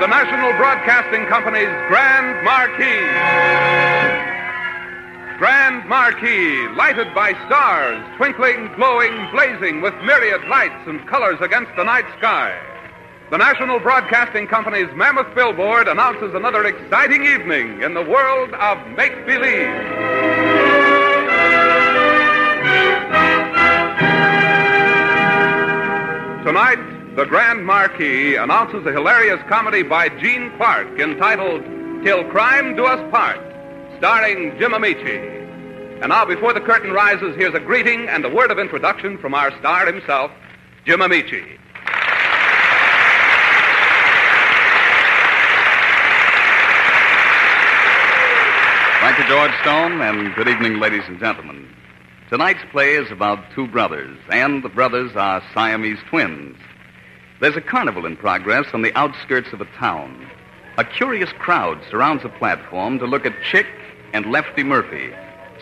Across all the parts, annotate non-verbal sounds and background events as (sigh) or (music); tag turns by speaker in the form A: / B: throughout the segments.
A: the National Broadcasting Company's Grand Marquee. Grand Marquee, lighted by stars, twinkling, glowing, blazing with myriad lights and colors against the night sky. The National Broadcasting Company's mammoth billboard announces another exciting evening in the world of make believe. Tonight, the Grand Marquis announces a hilarious comedy by Gene Clark entitled Till Crime Do Us Part, starring Jim Amici. And now, before the curtain rises, here's a greeting and a word of introduction from our star himself, Jim Amici.
B: Thank you, George Stone, and good evening, ladies and gentlemen. Tonight's play is about two brothers, and the brothers are Siamese twins. There's a carnival in progress on the outskirts of a town. A curious crowd surrounds a platform to look at Chick and Lefty Murphy,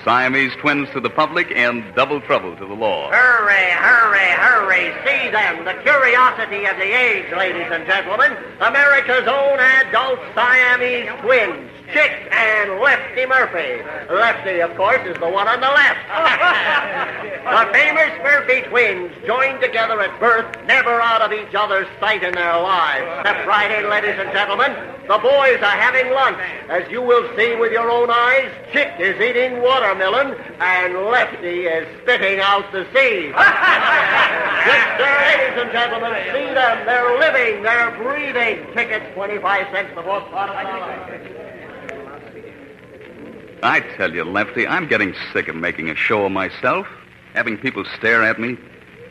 B: Siamese twins to the public and double trouble to the law.
C: Hurry, hurry, hurry. See them, the curiosity of the age, ladies and gentlemen. America's own adult Siamese twins. Chick and Lefty Murphy. Lefty, of course, is the one on the left. (laughs) the famous Murphy twins joined together at birth, never out of each other's sight in their lives. That's right in, ladies and gentlemen. The boys are having lunch. As you will see with your own eyes, Chick is eating watermelon and Lefty is spitting out the seed. yes, sir, ladies and gentlemen, see them. They're living, they're breathing. Tickets 25 cents the fourth part of the dollar.
B: I tell you, Lefty, I'm getting sick of making a show of myself, having people stare at me.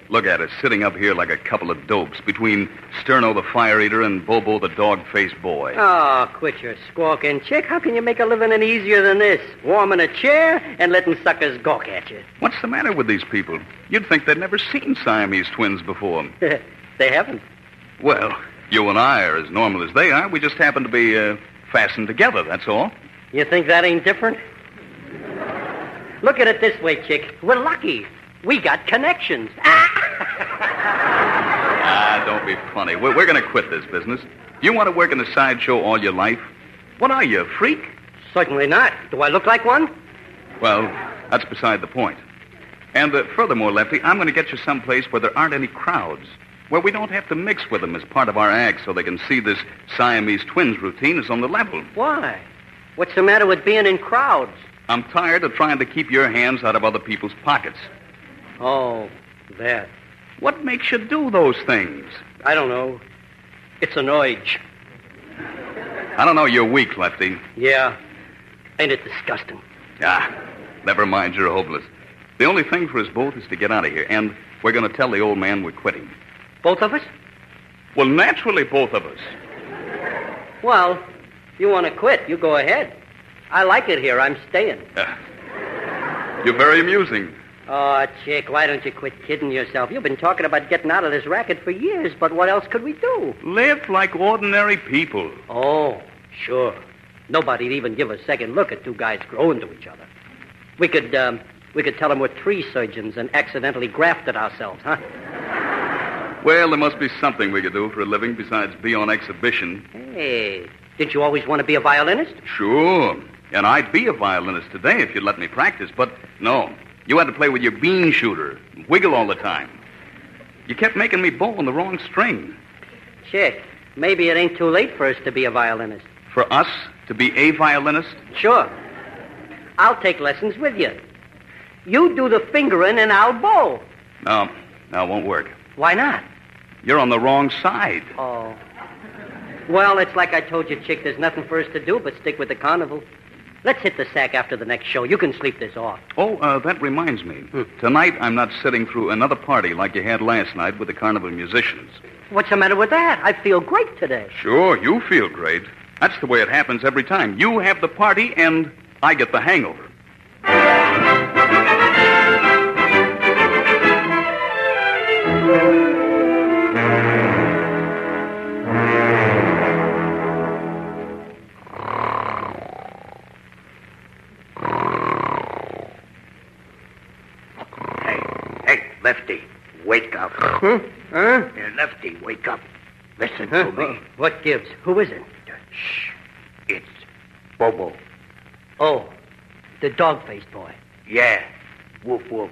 B: Look at us sitting up here like a couple of dopes between Sterno the fire eater and Bobo the dog-faced boy.
D: Oh, quit your squawking, Chick. How can you make a living any easier than this? Warming a chair and letting suckers gawk at you.
B: What's the matter with these people? You'd think they'd never seen Siamese twins before.
D: (laughs) they haven't.
B: Well, you and I are as normal as they are. We just happen to be uh, fastened together, that's all.
D: You think that ain't different? Look at it this way, Chick. We're lucky. We got connections.
B: ah, don't be funny. We're, we're going to quit this business. You want to work in a sideshow all your life? What are you, a freak?
D: Certainly not. Do I look like one?
B: Well, that's beside the point. And uh, furthermore, Lefty, I'm going to get you someplace where there aren't any crowds, where we don't have to mix with them as part of our act so they can see this Siamese twins routine is on the level.
D: Why? What's the matter with being in crowds?
B: I'm tired of trying to keep your hands out of other people's pockets.
D: Oh, that.
B: What makes you do those things?
D: I don't know. It's an urge.
B: I don't know. You're weak, Lefty.
D: Yeah. Ain't it disgusting?
B: Ah, never mind. You're hopeless. The only thing for us both is to get out of here, and we're going to tell the old man we're quitting.
D: Both of us?
B: Well, naturally, both of us.
D: Well, you want to quit, you go ahead. I like it here. I'm staying.
B: Uh, you're very amusing.
D: Oh, Chick, why don't you quit kidding yourself? You've been talking about getting out of this racket for years, but what else could we do?
B: Live like ordinary people.
D: Oh, sure. Nobody'd even give a second look at two guys growing to each other. We could, um, we could tell them we're tree surgeons and accidentally grafted ourselves, huh?
B: Well, there must be something we could do for a living besides be on exhibition.
D: Hey, didn't you always want to be a violinist?
B: Sure. And I'd be a violinist today if you'd let me practice, but no. You had to play with your bean shooter, and wiggle all the time. You kept making me bow on the wrong string.
D: Chick, maybe it ain't too late for us to be a violinist.
B: For us to be a violinist?
D: Sure. I'll take lessons with you. You do the fingering and I'll bow.
B: No, no, it won't work.
D: Why not?
B: You're on the wrong side.
D: Oh. Well, it's like I told you, Chick, there's nothing for us to do but stick with the carnival. Let's hit the sack after the next show. You can sleep this off.
B: Oh, uh, that reminds me.
D: Hmm.
B: Tonight, I'm not sitting through another party like you had last night with the carnival musicians.
D: What's the matter with that? I feel great today.
B: Sure, you feel great. That's the way it happens every time. You have the party, and I get the hangover.
E: Hey, hey, Lefty, wake up.
D: Huh?
E: (laughs) Hey, Lefty, wake up. Listen
D: Hmm? Huh?
E: to me.
D: What gives? Who is it?
E: Shh. It's Bobo.
D: Oh, the dog-faced boy.
E: Yeah. Woof woof.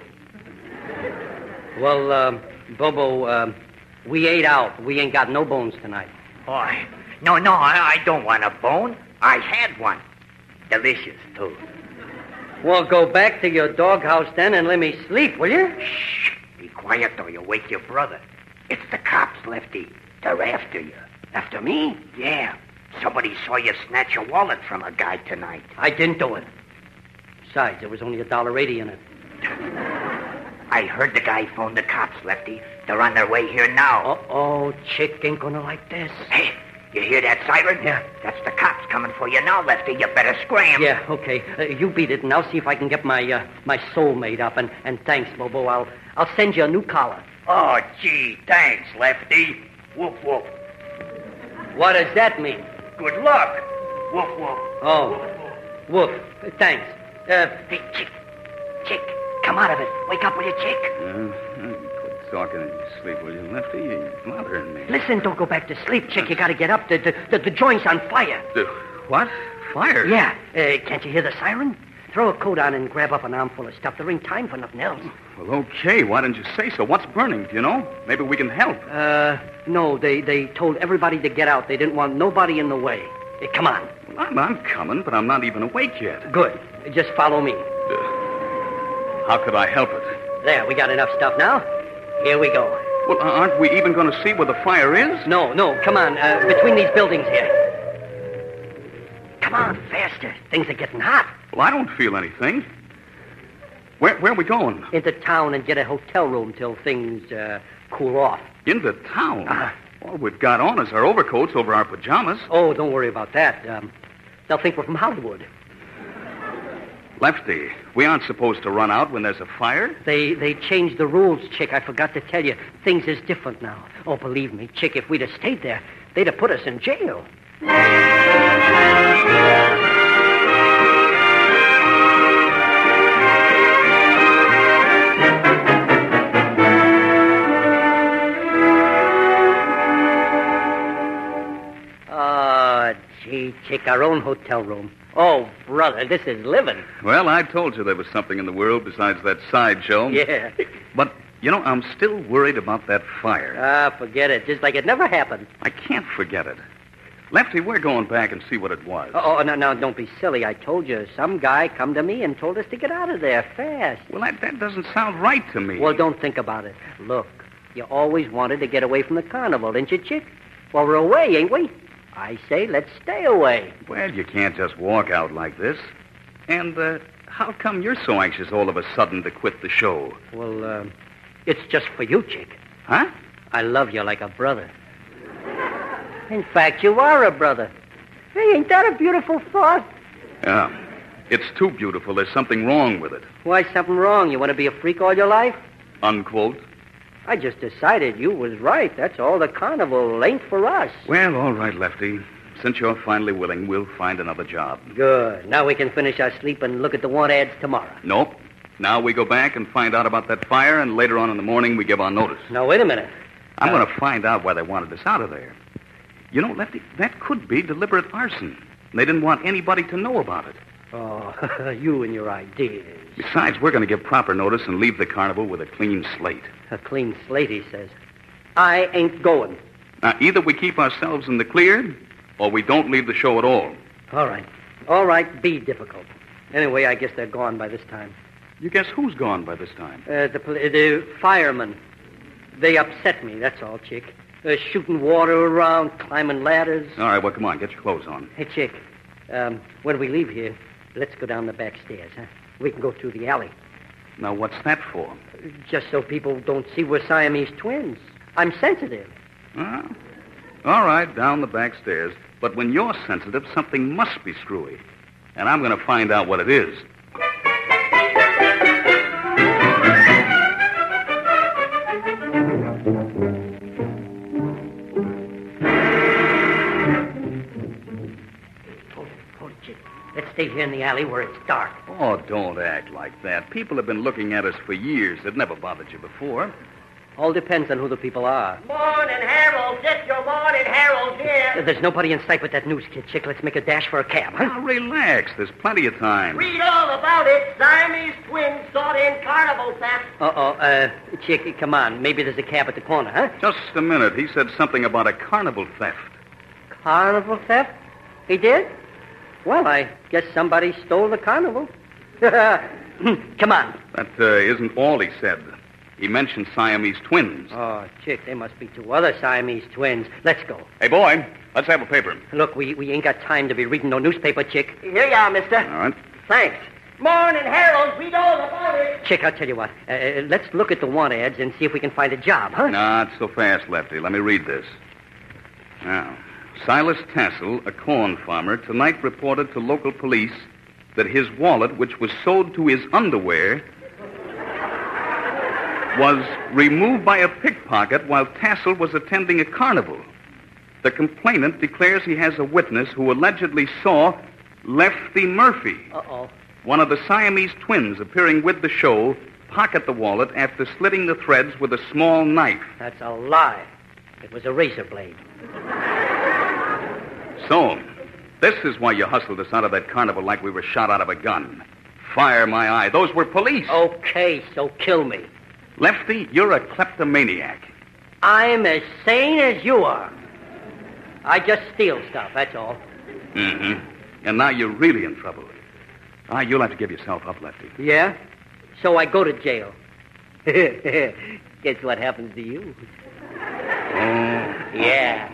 D: Well, um, Bobo, um, we ate out. We ain't got no bones tonight.
E: Boy. No, no, I, I don't want a bone. I had one. Delicious, too.
D: Well, go back to your doghouse then and let me sleep, will you?
E: Shh. Be quiet, or you'll wake your brother. It's the cops, Lefty. They're after you. After me? Yeah. Somebody saw you snatch a wallet from a guy tonight.
D: I didn't do it. Besides, there was only a dollar eighty in it.
E: I heard the guy phone the cops, Lefty. They're on their way here
D: Oh.
E: now.
D: Uh-oh, Chick ain't gonna like this.
E: Hey, you hear that siren?
D: Yeah.
E: That's the cops coming for you now, Lefty. You better scram.
D: Yeah, okay. Uh, you beat it, and I'll see if I can get my uh, my soul made up. And, and thanks, Bobo. I'll I'll send you a new collar.
E: Oh, gee, thanks, Lefty. Woof woof.
D: What does that mean?
E: Good luck. Woof woof.
D: Oh, woof. Thanks. Uh,
E: Hey, chick. Chick, come out of it. Wake up, will you, chick?
B: Uh-huh. quit talking in your sleep, will you, Lefty? You're bothering me.
D: listen, don't go back to sleep, Chick. You gotta get up. The the, the, the joint's on fire.
B: Uh, What? Fire?
D: Yeah. Uh, can't you hear the siren? Throw a coat on and grab up an armful of stuff. There ain't time for nothing else.
B: Well, okay. Why didn't you say so? What's burning? Do you know? Maybe we can help.
D: Uh, no, they, they told everybody to get out. They didn't want nobody in the way. Eh, come on.
B: Well, I'm, I'm coming, but I'm not even awake yet.
D: Good. Just follow me.
B: How could I help it?
D: There, we got enough stuff now. Here we go.
B: Well, a- aren't we even going to see where the fire is?
D: No, no, come on. Uh, between these buildings here. Come on, faster. Things are getting hot.
B: Well, I don't feel anything. Where, where are we going?
D: Into town and get a hotel room till things uh, cool off.
B: Into town. All we've got on is our overcoats over our pajamas.
D: Oh, don't worry about that. Um, they'll think we're from Hollywood.
B: Lefty, we aren't supposed to run out when there's a fire.
D: They they changed the rules, Chick. I forgot to tell you. Things is different now. Oh, believe me, Chick, if we'd have stayed there, they'd have put us in jail. Oh, gee, Chick, our own hotel room. Oh, brother, this is living.
B: Well, I told you there was something in the world besides that sideshow.
D: Yeah.
B: But, you know, I'm still worried about that fire.
D: Ah, forget it. Just like it never happened.
B: I can't forget it. Lefty, we're going back and see what it was.
D: Oh, no, no, don't be silly. I told you, some guy come to me and told us to get out of there fast.
B: Well, that, that doesn't sound right to me.
D: Well, don't think about it. Look, you always wanted to get away from the carnival, didn't you, Chick? Well, we're away, ain't we? I say, let's stay away.
B: Well, you can't just walk out like this. And uh, how come you're so anxious all of a sudden to quit the show?
D: Well, um, it's just for you, Chick.
B: Huh?
D: I love you like a brother. In fact, you are a brother. Hey, ain't that a beautiful thought?
B: Yeah. Um, It's too beautiful. There's something wrong with it.
D: Why, something wrong? You want to be a freak all your life?
B: Unquote.
D: I just decided you was right. That's all. The carnival ain't for us.
B: Well, all right, Lefty. Since you're finally willing, we'll find another job.
D: Good. Now we can finish our sleep and look at the want ads tomorrow.
B: Nope. Now we go back and find out about that fire, and later on in the morning we give our notice.
D: Now, wait a minute.
B: I'm going to find out why they wanted us out of there. You know, Lefty, that could be deliberate arson. They didn't want anybody to know about it.
D: Oh, (laughs) you and your ideas.
B: Besides, we're going to give proper notice and leave the carnival with a clean slate.
D: A clean slate, he says. I ain't going.
B: Now, either we keep ourselves in the clear, or we don't leave the show at all.
D: All right. All right, be difficult. Anyway, I guess they're gone by this time.
B: You guess who's gone by this time?
D: Uh, the, poli- the firemen. They upset me, that's all, Chick. Uh, shooting water around, climbing ladders.
B: All right, well, come on, get your clothes on.
D: Hey, Chick, um, when we leave here, let's go down the back stairs, huh? We can go through the alley.
B: Now, what's that for?
D: Just so people don't see we're Siamese twins. I'm sensitive.
B: Huh? All right, down the back stairs. But when you're sensitive, something must be screwy. And I'm going to find out what it is.
D: Hold it, hold it, Chick. Let's stay here in the alley where it's dark.
B: Oh, don't act like that. People have been looking at us for years. It never bothered you before.
D: All depends on who the people are.
C: Morning, Harold. Get your morning, Harold, here.
D: There's nobody in sight with that news kid, Chick. Let's make a dash for a cab, huh?
B: Now, relax. There's plenty of time.
C: Read all about it. Siamese twins sought in carnival theft.
D: Uh-oh, uh, Chick, come on. Maybe there's a cab at the corner, huh?
B: Just a minute. He said something about a carnival theft.
D: Carnival theft? He did? Well, I guess somebody stole the carnival. (laughs) come on.
B: That uh, isn't all he said. He mentioned Siamese twins.
D: Oh, Chick, there must be two other Siamese twins. Let's go.
B: Hey, boy, let's have a paper.
D: Look, we, we ain't got time to be reading no newspaper, Chick.
C: Here you are, mister.
B: All right.
C: Thanks. Morning, Harold. Read all about it.
D: Chick, I'll tell you what. Uh, Uh, let's look at the want ads and see if we can find a job, huh?
B: Not so fast, Lefty. Let me read this. Now, Silas Tassel, a corn farmer, tonight reported to local police that his wallet, which was sewed to his underwear, was removed by a pickpocket while Tassel was attending a carnival. The complainant declares he has a witness who allegedly saw Lefty Murphy,
D: Uh-oh.
B: one of the Siamese twins appearing with the show, pocket the wallet after slitting the threads with a small knife.
D: That's a lie. It was a razor blade.
B: So, this is why you hustled us out of that carnival like we were shot out of a gun. Fire my eye. Those were police.
D: Oh. Okay, so kill me.
B: Lefty, you're a kleptomaniac.
D: I'm as sane as you are. I just steal stuff, that's all.
B: Mm-hmm. And now you're really in trouble. Ah, you'll have to give yourself up, Lefty.
D: Yeah? So I go to jail. (laughs) Guess what happens to you?
B: Oh.
D: Yeah.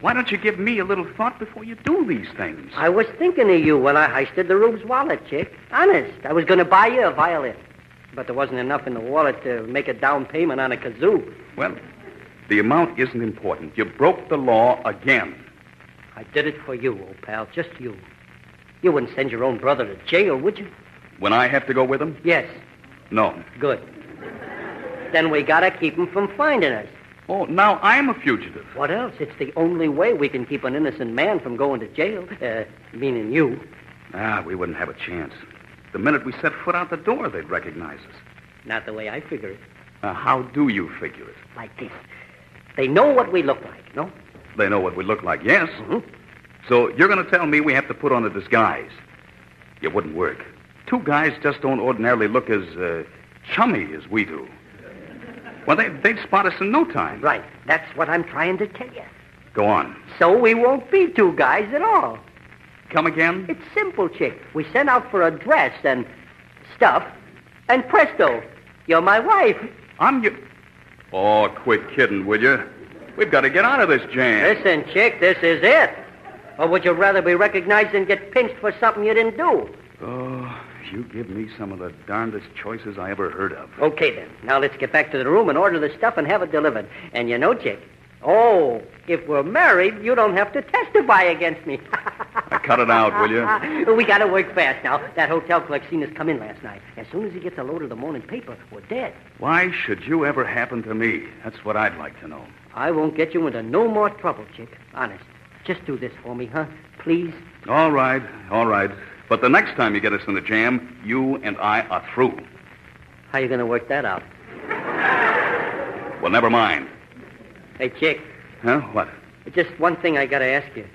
B: Why don't you give me a little thought before you do these things?
D: I was thinking of you when I heisted the Rube's wallet, Chick. Honest, I was going to buy you a violin. But there wasn't enough in the wallet to make a down payment on a kazoo.
B: Well, the amount isn't important. You broke the law again.
D: I did it for you, old pal, just you. You wouldn't send your own brother to jail, would you?
B: When I have to go with him?
D: Yes,
B: No.
D: good. Then we gotta keep him from finding us.
B: Oh, now I'm a fugitive.
D: What else? It's the only way we can keep an innocent man from going to jail. Uh, meaning you.
B: Ah, we wouldn't have a chance. The minute we set foot out the door, they'd recognize us.
D: Not the way I figure it.
B: Now, how do you figure it?
D: Like this. They know what we look like, no?
B: They know what we look like, yes.
D: Mhm.
B: So you're going to tell me we have to put on a disguise. It wouldn't work. Two guys just don't ordinarily look as uh, chummy as we do. Well, they, they'd spot us in no time.
D: Right. That's what I'm trying to tell you.
B: Go on.
D: So we won't be two guys at all.
B: Come again?
D: It's simple, Chick. We sent out for a dress and stuff, and presto, you're my wife.
B: I'm you. Oh, quit kidding, will you? We've got to get out of this jam.
D: Listen, Chick, this is it. Or would you rather be recognized than get pinched for something you didn't do?
B: Oh, you give me some of the darndest choices I ever heard of.
D: Okay, then. Now let's get back to the room and order the stuff and have it delivered. And you know, Chick, oh, if we're married, you don't have to testify against me. (laughs)
B: Now, cut it out, will you?
D: we gotta work fast now. That hotel clerk seen us come in last night. As soon as he gets a load of the morning paper, we're dead.
B: Why should you ever happen to me? That's what I'd like to know.
D: I won't get you into no more trouble, Chick. Honest. Just do this for me, huh? Please.
B: All right, all right. But the next time you get us in the jam, you and I are through.
D: How you gonna work that out?
B: Well, never mind.
D: Hey, Chick,
B: Huh? What?
D: just one thing I gotta ask you.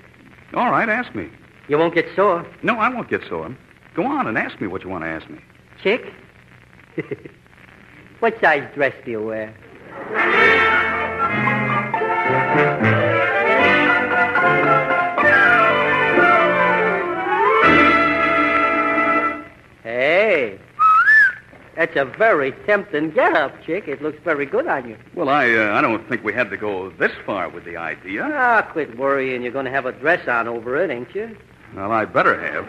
B: All right, ask me.
D: You won't get sore,
B: No, I won't get sore. Go on and ask me what you want to ask me.
D: Chick. (laughs) what size dress do you wear? Hey, that's a very tempting getup, Chick. It looks very good on you.
B: Well, I, uh, I don't think we had to go this far with the idea.
D: Ah, quit worrying. You're going to have a dress on over it, ain't you?
B: Well, I better have.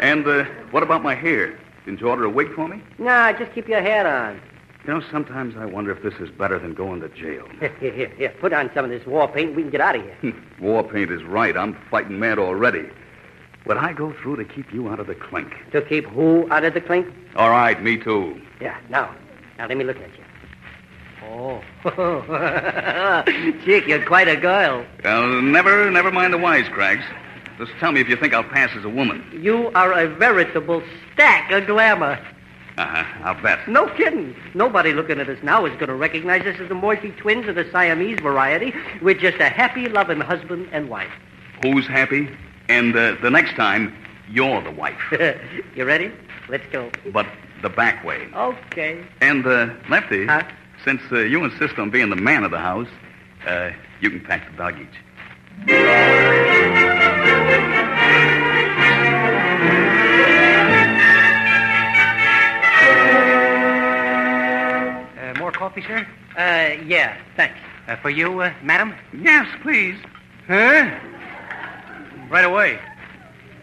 B: And uh, what about my hair? Didn't you order a wig for me?
D: Nah, just keep your hat on. (laughs)
B: You know, sometimes I wonder if this is better than going to jail.
D: Here, here, here, here. Put on some of this war paint. We can get out of here.
B: War paint is right. I'm fighting mad already. Would I go through to keep you out of the clink?
D: To keep who out of the clink?
B: All right, me too.
D: Yeah, now. Now, let me look at you. Oh. (laughs) Chick, you're quite a girl.
B: Well, Uh, never, never mind the wisecracks. Just tell me if you think I'll pass as a woman.
D: You are a veritable stack of glamour.
B: Uh huh. I'll bet.
D: No kidding. Nobody looking at us now is going to recognize us as the Morphy twins of the Siamese variety. We're just a happy, loving husband and wife. (laughs)
B: Who's happy? And uh, the next time, you're the wife.
D: you ready? Let's go.
B: But the back way.
D: Okay.
B: And, uh, Lefty,
D: Huh?
B: since uh, you insist on being the man of the house, uh, you can pack the dog each.
F: Uh, more coffee, sir?
D: Uh, yeah, thanks.
F: Uh, for you, uh, madam?
B: Yes, please.
F: Huh? Right away.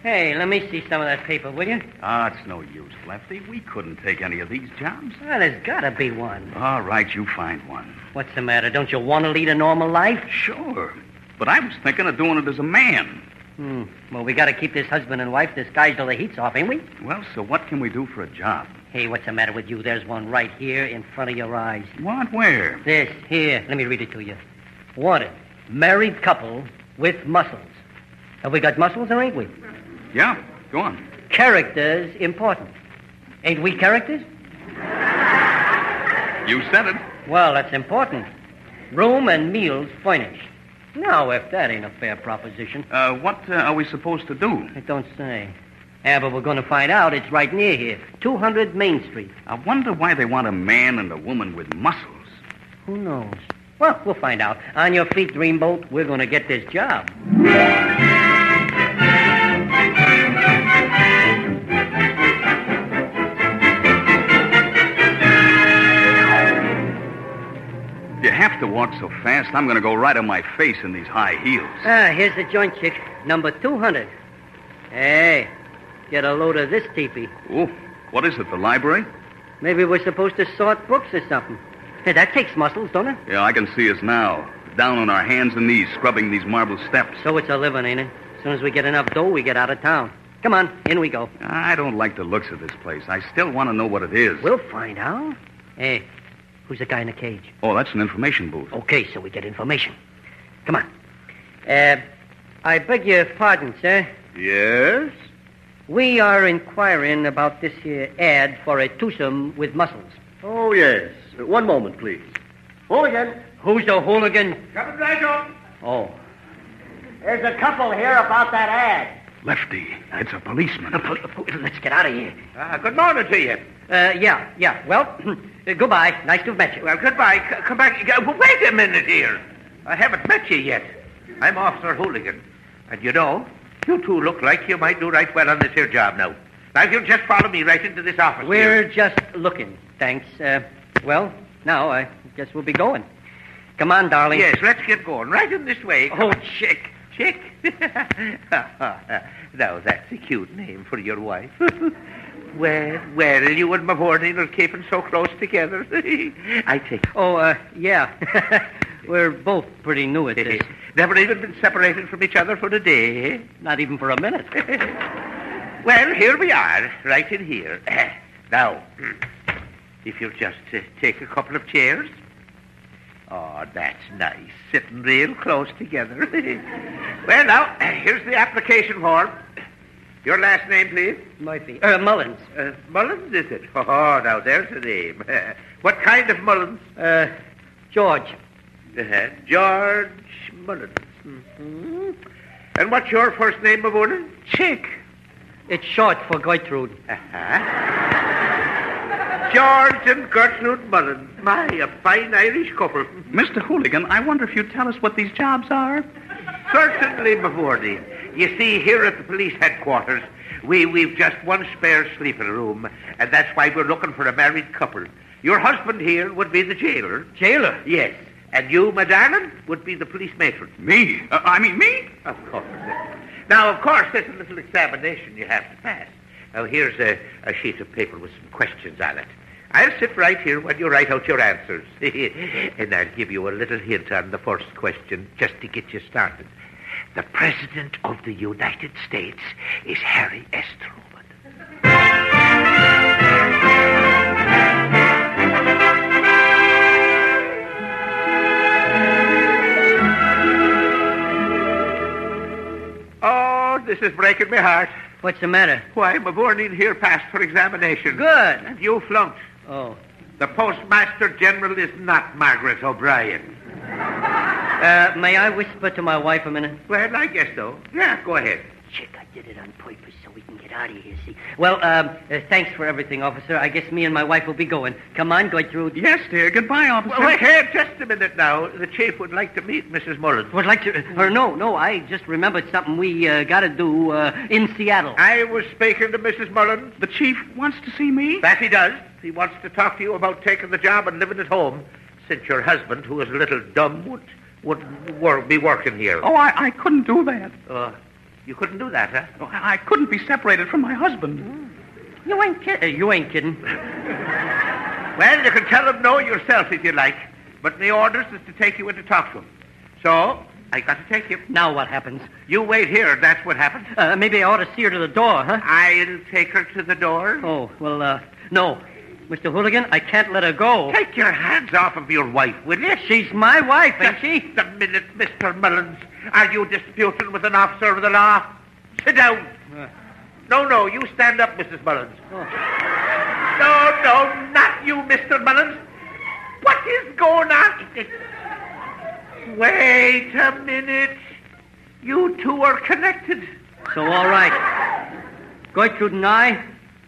D: Hey, let me see some of that paper, will you?
B: Ah, it's no use, Lefty. We couldn't take any of these jobs.
D: Well, there's got to be one.
B: All right, you find one.
D: What's the matter? Don't you want to lead a normal life?
B: Sure. But I was thinking of doing it as a man.
D: Hmm. Well, we got to keep this husband and wife disguised till the heat's off, ain't we?
B: Well, so what can we do for a job?
D: Hey, what's the matter with you? There's one right here in front of your eyes.
B: What? Where?
D: This, here. Let me read it to you. Wanted. Married couple with muscles. Have we got muscles or ain't we?
B: Yeah, go on.
D: Characters important. Ain't we characters?
B: You said it.
D: Well, that's important. Room and meals furnished. Now, if that ain't a fair proposition,
B: Uh, what uh, are we supposed to do?
D: it don't say. Yeah, but we're going to find out. It's right near here. 200 Main Street.
B: I wonder why they want a man and a woman with muscles.
D: Who knows? Well, we'll find out. On your feet, Dreamboat. We're going to get this job.
B: You have to walk so fast, I'm going to go right on my face in these high heels.
D: Ah, here's the joint chick, number 200. Hey, get a load of this teepee.
B: Oh, what is it, the library?
D: Maybe we're supposed to sort books or something. Hey, that takes muscles, don't it?
B: Yeah, I can see us now. Down on our hands and knees, scrubbing these marble steps.
D: So it's a living, ain't it? As soon as we get enough dough, we get out of town. Come on, in we go.
B: I don't like the looks of this place. I still want to know what it is.
D: We'll find out. Hey, Eh, who's the guy in the cage?
B: Oh, that's an information booth.
D: Okay, so we get information. Come on. Uh, I beg your pardon, sir.
B: Yes?
D: We are inquiring about this here ad for a twosome with muscles.
C: Oh, yes. One moment, please. Hooligan,
D: Who's the hooligan?
C: Oh. There's a couple here about that ad.
B: Lefty, it's a policeman.
D: (laughs) Let's get out of here.
F: Uh, good morning to you.
D: Uh, yeah, yeah. Well, (clears throat) uh, goodbye. Nice to have met you.
F: Well, goodbye. C- come back. Uh, well, wait a minute here. I haven't met you yet. I'm Officer Hooligan. And you know, you two look like you might do right well on this here job now. Now, if you'll just follow me right into this office.
D: We're
F: here.
D: just looking. Thanks. Uh, well, now I guess we'll be going. Come on, darling.
F: Yes, let's get going. Right in this way.
D: Oh,
F: chick. Chick? (laughs) now, that's a cute name for your wife. well, well, you and my morning are keeping so close together. I take
D: (laughs) Oh, uh, yeah. We're both pretty new at this.
F: (laughs) Never even been separated from each other for a day. eh?
D: Not even for a minute.
F: (laughs) well, here we are, right in here. now, if you'll just uh, take a couple of chairs. Oh, that's nice, sitting real close together. well, now, here's the application form. Your last name, please.
D: Murphy. Uh, Mullins.
F: Uh, Mullins, is it? (laughs) Oh, now there's a name. (laughs) what kind of Mullins?
D: Uh, George.
F: Uh, George Mullins. hmm And what's your first name, my Mullins? Chick.
D: It's short for Gertrude.
F: Uh-huh. George and Gertrude Mullins. My, a fine Irish couple.
B: Mr. Hooligan, I wonder if you'd tell us what these jobs are.
F: Certainly, Mavordi. You see, here at the police headquarters, we, we've just one spare sleeping room, and that's why we're looking for a married couple. Your husband here would be the jailer.
D: Jailer.
F: Yes. And you, my darling, would be the police matron.
B: Me? Uh, I mean, me?
F: Of course. Now, of course, there's a little examination you have to pass. Now, here's a, a sheet of paper with some questions on it. I'll sit right here while you write out your answers. (laughs) and I'll give you a little hint on the first question just to get you started. The President of the United States is Harry S. Truman. Oh, this is breaking my heart.
D: What's the matter?
F: Why, Mavornin here passed for examination.
D: Good.
F: And you flunked.
D: Oh.
F: The Postmaster General is not Margaret O'Brien.
D: Uh, may I whisper to my wife a minute?
F: Well, I guess so. Yeah, go ahead.
D: Chick, I did it on purpose so we can get out of here, see? Well, um, uh, thanks for everything, officer. I guess me and my wife will be going. Come on, Gertrude.
B: Yes, dear. Uh, Goodbye, officer.
F: Well, wait here just a minute now. The chief would like to meet Mrs. Mullen.
D: Would like to... Or no, no, I just remembered something we uh, got to do uh, in Seattle.
F: I was speaking to Mrs. Mullen.
B: The chief wants to see me?
F: That he does. He wants to talk to you about taking the job and living at home, since your husband, who is a little dumb, would, would wor- be working here.
B: Oh, I, I couldn't do that.
F: Uh, you couldn't do that, huh?
B: Oh, I I couldn't be separated from my husband.
D: You ain't kidding. You ain't kidding.
F: Well, you can tell him no yourself if you like, but the orders is to take you in to talk to him. So, I got to take you.
D: Now what happens?
F: You wait here, that's what happened.
D: Uh, maybe I ought to see her to the door, huh?
F: I'll take her to the door.
D: Oh, well, uh, no. Mr. Hooligan, I can't let her go.
F: Take your hands off of your wife, will you?
D: She's my wife, ain't she?
F: Just a minute, Mr. Mullins. Are you disputing with an officer of the law? Sit down. No, no, you stand up, Mrs. Mullins. No, no, not you, Mr. Mullins. What is going on? Wait a minute. You two are connected.
D: So, all right. Gertrude and I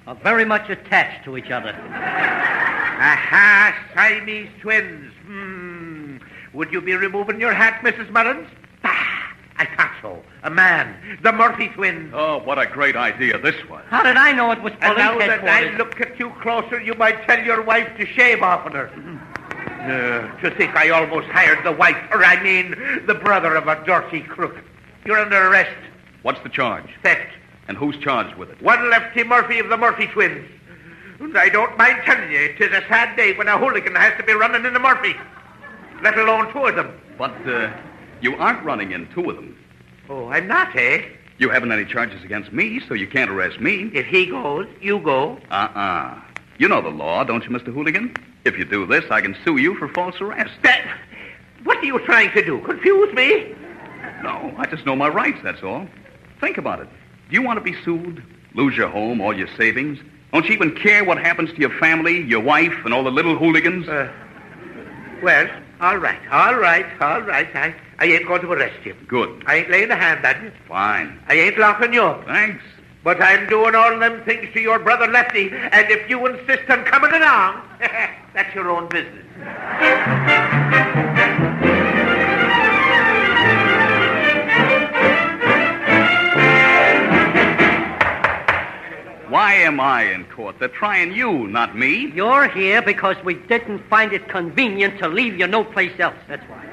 D: are very much attached to each other.
F: Aha, Siamese twins. Hmm. Would you be removing your hat, Mrs. Mullins? Ah, I thought so. A man. The Murphy twins.
B: Oh, what a great idea this was.
D: How did I know it was police
F: and now that I
D: headquarters?
F: look at you closer, you might tell your wife to shave oftener. Hmm. Uh, to think I almost hired the wife, or I mean, the brother of a dirty crook. You're under arrest.
B: What's the charge?
F: Theft.
B: And who's charged with it?
F: One Lefty Murphy of the Murphy twins. And I don't mind telling you, it is a sad day when a hooligan has to be running into Murphy, let alone two of them.
B: But uh, you aren't running in two of them.
F: Oh, I'm not, eh?
B: You haven't any charges against me, so you can't arrest me.
F: If he goes, you go.
B: Uh-uh. You know the law, don't you, Mr. Hooligan? If you do this, I can sue you for false arrest.
F: That, what are you trying to do? Confuse me?
B: No, I just know my rights, that's all. Think about it. Do you want to be sued? Lose your home, all your savings? Don't you even care what happens to your family, your wife, and all the little hooligans?
F: Uh, well, all right, all right, all right. I, I ain't going to arrest you.
B: Good.
F: I ain't laying a hand on you.
B: Fine.
F: I ain't locking you up.
B: Thanks.
F: But I'm doing all them things to your brother Lefty, and if you insist on coming along, (laughs) that's your own business.
B: Why am I in court? They're trying you, not me.
D: You're here because we didn't find it convenient to leave you no place else. That's why.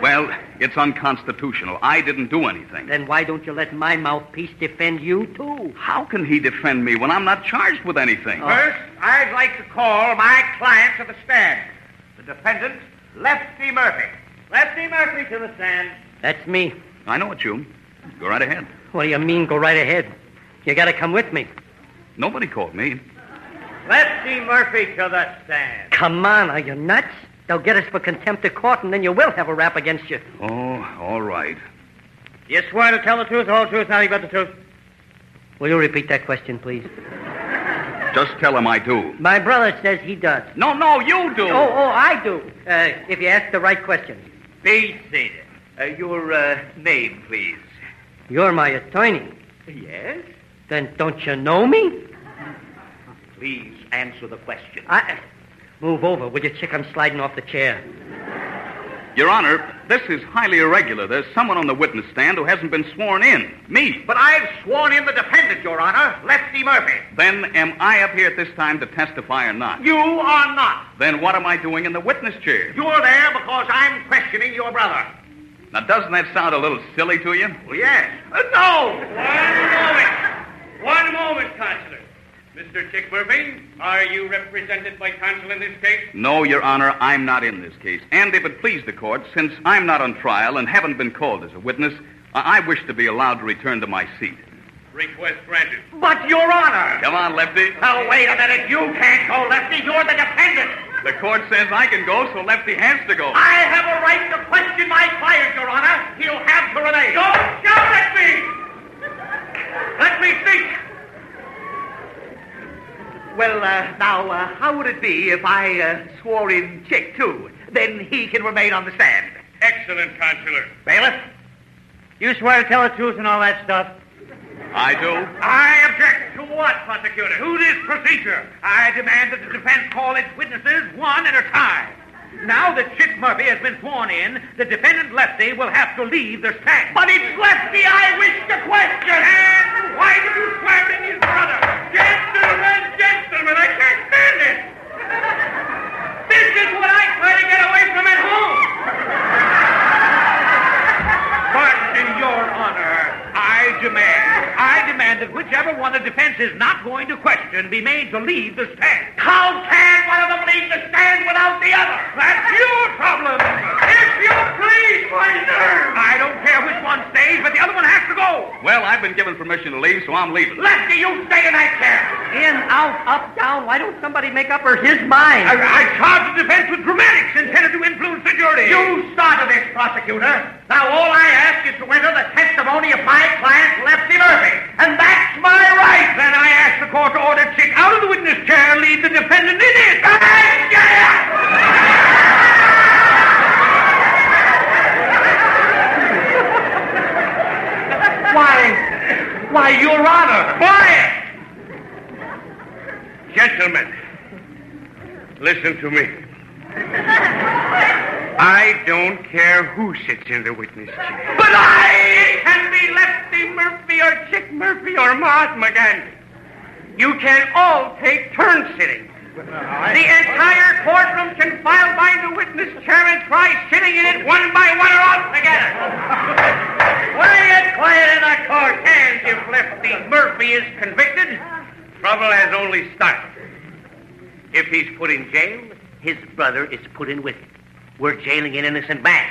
B: Well, it's unconstitutional. I didn't do anything.
D: Then why don't you let my mouthpiece defend you, too?
B: How can he defend me when I'm not charged with anything?
F: First, I'd like to call my client to the stand. The defendant, Lefty Murphy. Lefty Murphy to the stand.
D: That's me.
B: I know it, you. Go right ahead.
D: What do you mean, go right ahead? You gotta come with me.
B: Nobody called me.
F: Lefty Murphy to the stand.
D: Come on, are you nuts? They'll get us for contempt of court, and then you will have a rap against you.
B: Oh, all right.
F: You swear to tell the truth, all truth, nothing but the truth.
D: Will you repeat that question, please?
B: Just tell him I do.
D: My brother says he does.
B: No, no, you do.
D: Oh, oh, I do. Uh, if you ask the right question.
F: Be seated. Uh, your uh, name, please.
D: You're my attorney.
F: Yes?
D: Then don't you know me?
F: Please answer the question.
D: I. Move over, will you, chick? I'm sliding off the chair.
B: Your Honor, this is highly irregular. There's someone on the witness stand who hasn't been sworn in. Me.
F: But I've sworn in the defendant, Your Honor, Lefty Murphy.
B: Then am I up here at this time to testify or not?
F: You are not.
B: Then what am I doing in the witness chair?
F: You're there because I'm questioning your brother.
B: Now, doesn't that sound a little silly to you?
F: Well, yes. Uh, no!
G: One moment, Consular. Mr. Chick Murphy, are you represented by counsel in this case?
B: No, Your Honor, I'm not in this case. And if it please the court, since I'm not on trial and haven't been called as a witness, I, I wish to be allowed to return to my seat.
G: Request granted.
F: But, Your Honor!
B: Come on, Lefty.
F: Now, wait a minute. You can't go, Lefty. You're the defendant.
B: The court says I can go, so Lefty has to go.
F: I have a right to question my client, Your Honor. He'll have to remain. Don't shout at me! Let
G: Let me think.
F: Well, uh, now, uh, how would it be if I uh, swore in Chick, too? Then he can remain on the stand.
G: Excellent, Consular.
F: Bailiff?
H: You swear to tell the truth and all that stuff?
B: I do.
F: I object to what, prosecutor? To this procedure. I demand that the defense call its witnesses one at a time. Now that Chick Murphy has been sworn in, the defendant Lefty will have to leave the stand. But it's Lefty I wish to question. And why did you swear in his brother?
G: Gentlemen, gentlemen, I can't stand it. This is what I try to get away from at home.
F: Pardon, Your Honor. I demand, I demand that whichever one the defense is not going to question be made to leave the stand. How can one of them leave the stand without the other? That's your problem. If you please, my nerve. I don't care which one stays, but the other one has to go.
B: Well, I've been given permission to leave, so I'm leaving.
F: Lefty, you stay in that chair.
D: In, out, up, down. Why don't somebody make up her his mind?
F: I, I charge the defense with dramatics intended to influence the jury. You started this, prosecutor. Now all I ask is to enter the testimony of my client, Lefty Murphy. And that's my right. Then I ask the court to order Chick out of the witness chair and lead the defendant in it. Hey, get out! Why, why, Your Honor. Quiet!
G: Gentlemen, listen to me. I don't care who sits in the witness chair.
F: But I...
G: It can be Lefty Murphy or Chick Murphy or Mahatma Gandhi. You can all take turns sitting. The entire courtroom can file behind the witness chair and try sitting in it one by one or all together. quiet, quiet in the court. And if Lefty Murphy is convicted, trouble has only started.
E: If he's put in jail, his brother is put in with him. We're jailing an innocent man.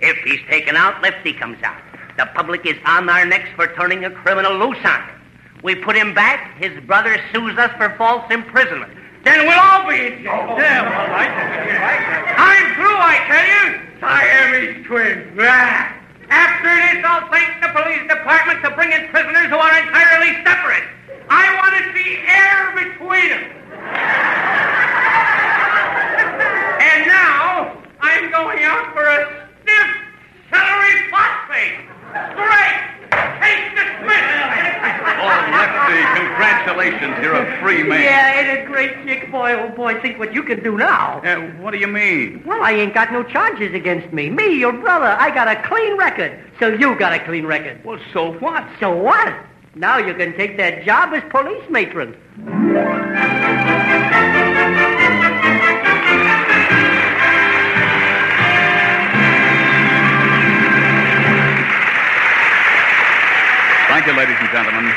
E: If he's taken out, Lefty comes out. The public is on our necks for turning a criminal loose on him. We put him back, his brother sues us for false imprisonment.
F: Then we'll all be in jail. Oh, yeah, well, I I'm through, I tell you. Siamese twins. Ah. After this, I'll thank the police department to bring in prisoners who are entirely separate. I want to see air between them. and now, I'm going out for a stiff celery phosphate. Great. Case dismissed.
B: Oh, Lefty, congratulations. You're a free man.
D: Yeah, ain't it great, Chick? Boy, oh boy, think what you can do now.
B: Uh, what do you mean?
D: Well, I ain't got no charges against me. Me, your brother, I got a clean record. So you got a clean record.
B: Well, so what?
D: So what? Now you can take that job as police matron.
B: Thank you, ladies and gentlemen.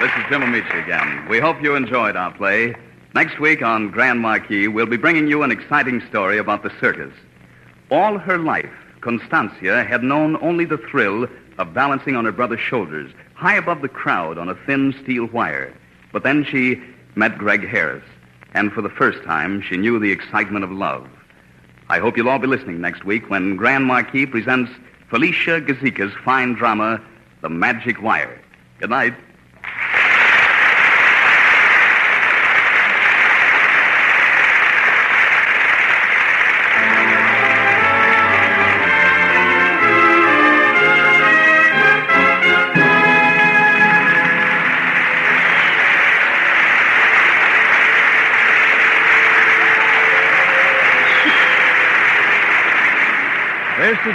B: This is Jim Amici again. We hope you enjoyed our play. Next week on Grand Marquis, we'll be bringing you an exciting story about the circus. All her life, Constancia had known only the thrill of balancing on her brother's shoulders, high above the crowd on a thin steel wire. But then she met Greg Harris, and for the first time, she knew the excitement of love. I hope you'll all be listening next week when Grand Marquis presents Felicia Gazika's fine drama, The Magic Wire. Good night.
I: This is